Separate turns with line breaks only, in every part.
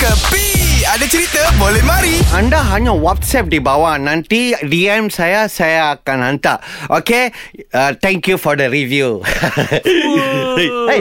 Kepi Ada cerita boleh mari
Anda hanya WhatsApp di bawah Nanti DM saya Saya akan hantar Okay uh, Thank you for the review Hey,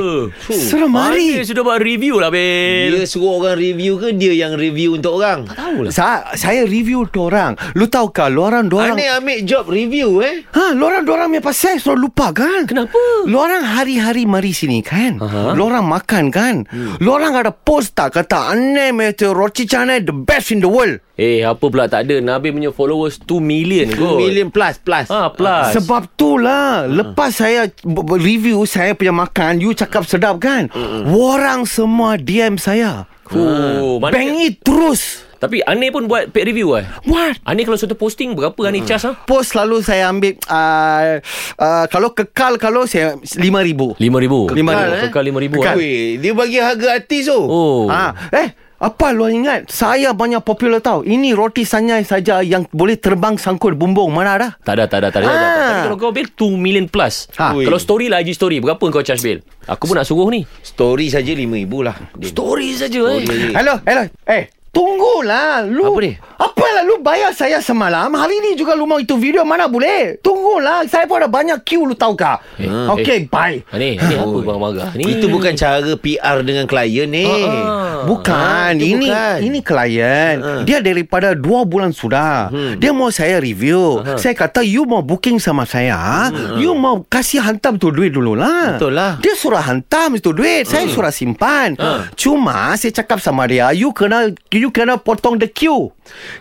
Suruh
Mana
mari
sudah buat review lah, Bil.
Dia lah. suruh orang review ke dia yang review untuk orang?
Sa- Saya review dorang Lu tahu ke Lorang dorang
Ani ambil job review eh.
Ha, lorang dorang punya pasal selalu lupa kan?
Kenapa?
Lorang hari-hari mari sini kan?
Aha. Hmm.
Lorang makan kan? Lorang ada post tak kata Aneh meteor roti canai the best in the world.
Eh, apa pula tak ada. Nabil punya followers 2 million kot.
Million plus plus.
Ah, plus.
Sebab tu
Hmm.
lah Lepas saya b- b- review Saya punya makan You cakap sedap kan
Hmm.
Orang semua DM saya
Oh, mana
Bangi terus
Tapi Ane pun buat paid review eh.
What?
Ane kalau satu posting berapa Ane charge ah?
Post selalu saya ambil uh, uh, Kalau kekal Kalau saya RM5,000
RM5,000.
Lima
Kekal,
ribu.
eh? Kekal RM5,000.
Kekal.
Kekal.
Weh, dia bagi harga artis tu. kan?
Oh.
Oh.
Ah, eh, apa lu ingat? Saya banyak popular tau. Ini roti sanyai saja yang boleh terbang sangkut bumbung. Mana ada?
Tak ada, tak ada, tak ada. tak ada.
Ah.
Tapi kalau kau Bil 2 million plus.
Ah.
Kalau story lah IG story, berapa kau charge Bil? Aku pun nak suruh ni.
Story saja RM5,000 lah. Dia.
Story saja
Story saja.
Hello, hello. Eh, tunggulah lu.
Apa ni?
Apalah lu bayar saya semalam. Hari ni juga lu mau itu video mana boleh? Tunggulah. Saya pun ada banyak queue lu tahu kah?
Eh,
okay, bye.
Ane, Ane apa bang marah ni?
Itu bukan cara PR dengan eh. klien ni.
Ah.
Bukan
itu
ini
bukan.
ini klien dia daripada dua bulan sudah
Hmm.
dia mau saya review
Ah.
saya kata you mau booking sama saya
Hmm.
you mau kasih hantam tu duit dulu lah
Betul lah.
dia suruh hantam itu duit
Hmm.
saya suruh simpan
Ah.
cuma saya cakap sama dia you kena you kena potong the queue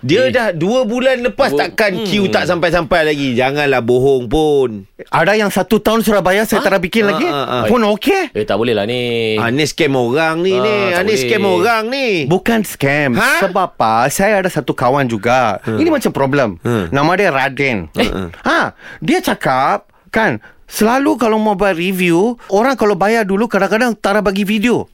Dia dah dua bulan lepas takkan queue tak sampai-sampai lagi. Janganlah bohong pun.
ada yang satu tahun Surabaya saya tak ada bikin lagi
ah, ah.
pun okey
Eh tak boleh lah ni.
Ah, ni scam orang ni
Ah,
ni.
tak
Ah, ni
boleh.
scam orang ni.
Bukan scam
Eh. Ha?
Sebab apa Saya ada satu kawan juga hmm. Ini macam problem hmm.
Ha.
Nama dia Raden eh. ha, Dia cakap Kan Selalu kalau mau buat review Orang kalau bayar dulu Kadang-kadang tak ada bagi video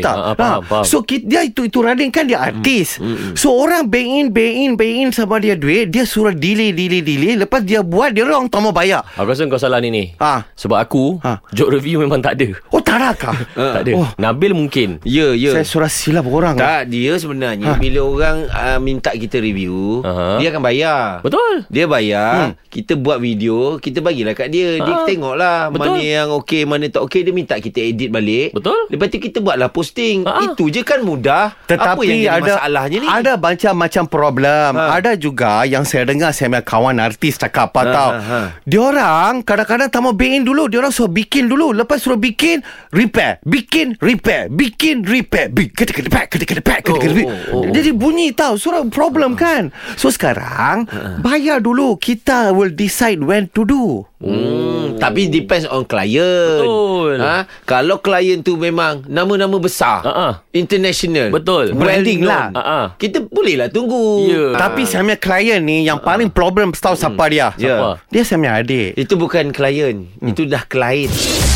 Faham tak?
Ah,
Ha, ha, faham, faham.
So kita, dia itu itu Radin kan
Hmm.
dia artis. So orang bank in bank in bank in sama dia duit, dia suruh delay delay delay lepas dia buat dia orang tak mau bayar.
Aku rasa kau salah ni ni.
Ah.
Sebab aku
Ah.
job review memang tak ada.
Oh tak ada kah?
Tak ada.
Oh.
Nabil mungkin.
Ya, ya.
Saya suruh silap orang.
Tak, dia sebenarnya ha. bila orang uh, minta kita review,
Aha.
dia akan bayar.
Betul.
Dia bayar, hmm. kita buat video, kita bagilah kat dia.
Ah.
Dia tengoklah
Betul.
mana yang okey, mana tak okey, dia minta kita edit balik.
Betul.
Lepas tu kita buatlah posting.
Ah.
Itu je kan mudah. Apa
Tetapi
yang jadi
ada
masalahnya ni?
Ada macam-macam problem. Ha. Ada juga yang saya dengar saya punya kawan artis cakap apa ha,
Ha,
tau.
ha, ha.
Diorang kadang-kadang tak mau bikin dulu, diorang suruh bikin dulu, lepas suruh bikin repair, bikin repair, bikin repair, bikin kena pack, kena kena pack, kena kena.
Oh, oh, oh.
Jadi bunyi tau, suruh problem
Ha.
kan. So sekarang bayar dulu, kita will decide when to do.
Hmm, tapi depends on client.
Oh. Betul.
Ha? Kalau client tu memang nama-nama besar.
Ah, ah.
International.
Betul.
Branding
Well
lah.
known. Ah, ah.
Kita bolehlah tunggu.
Ya.
Ah.
Tapi saya punya klien ni yang paling problem tahu siapa dia.
Ya.
Dia saya punya adik.
Itu bukan klien.
Hmm.
Itu dah klien.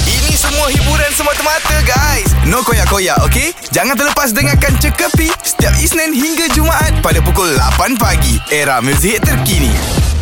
Ini semua hiburan semata-mata guys No koyak-koyak ok Jangan terlepas dengarkan Cekapi Setiap Isnin hingga Jumaat Pada pukul 8 pagi Era muzik terkini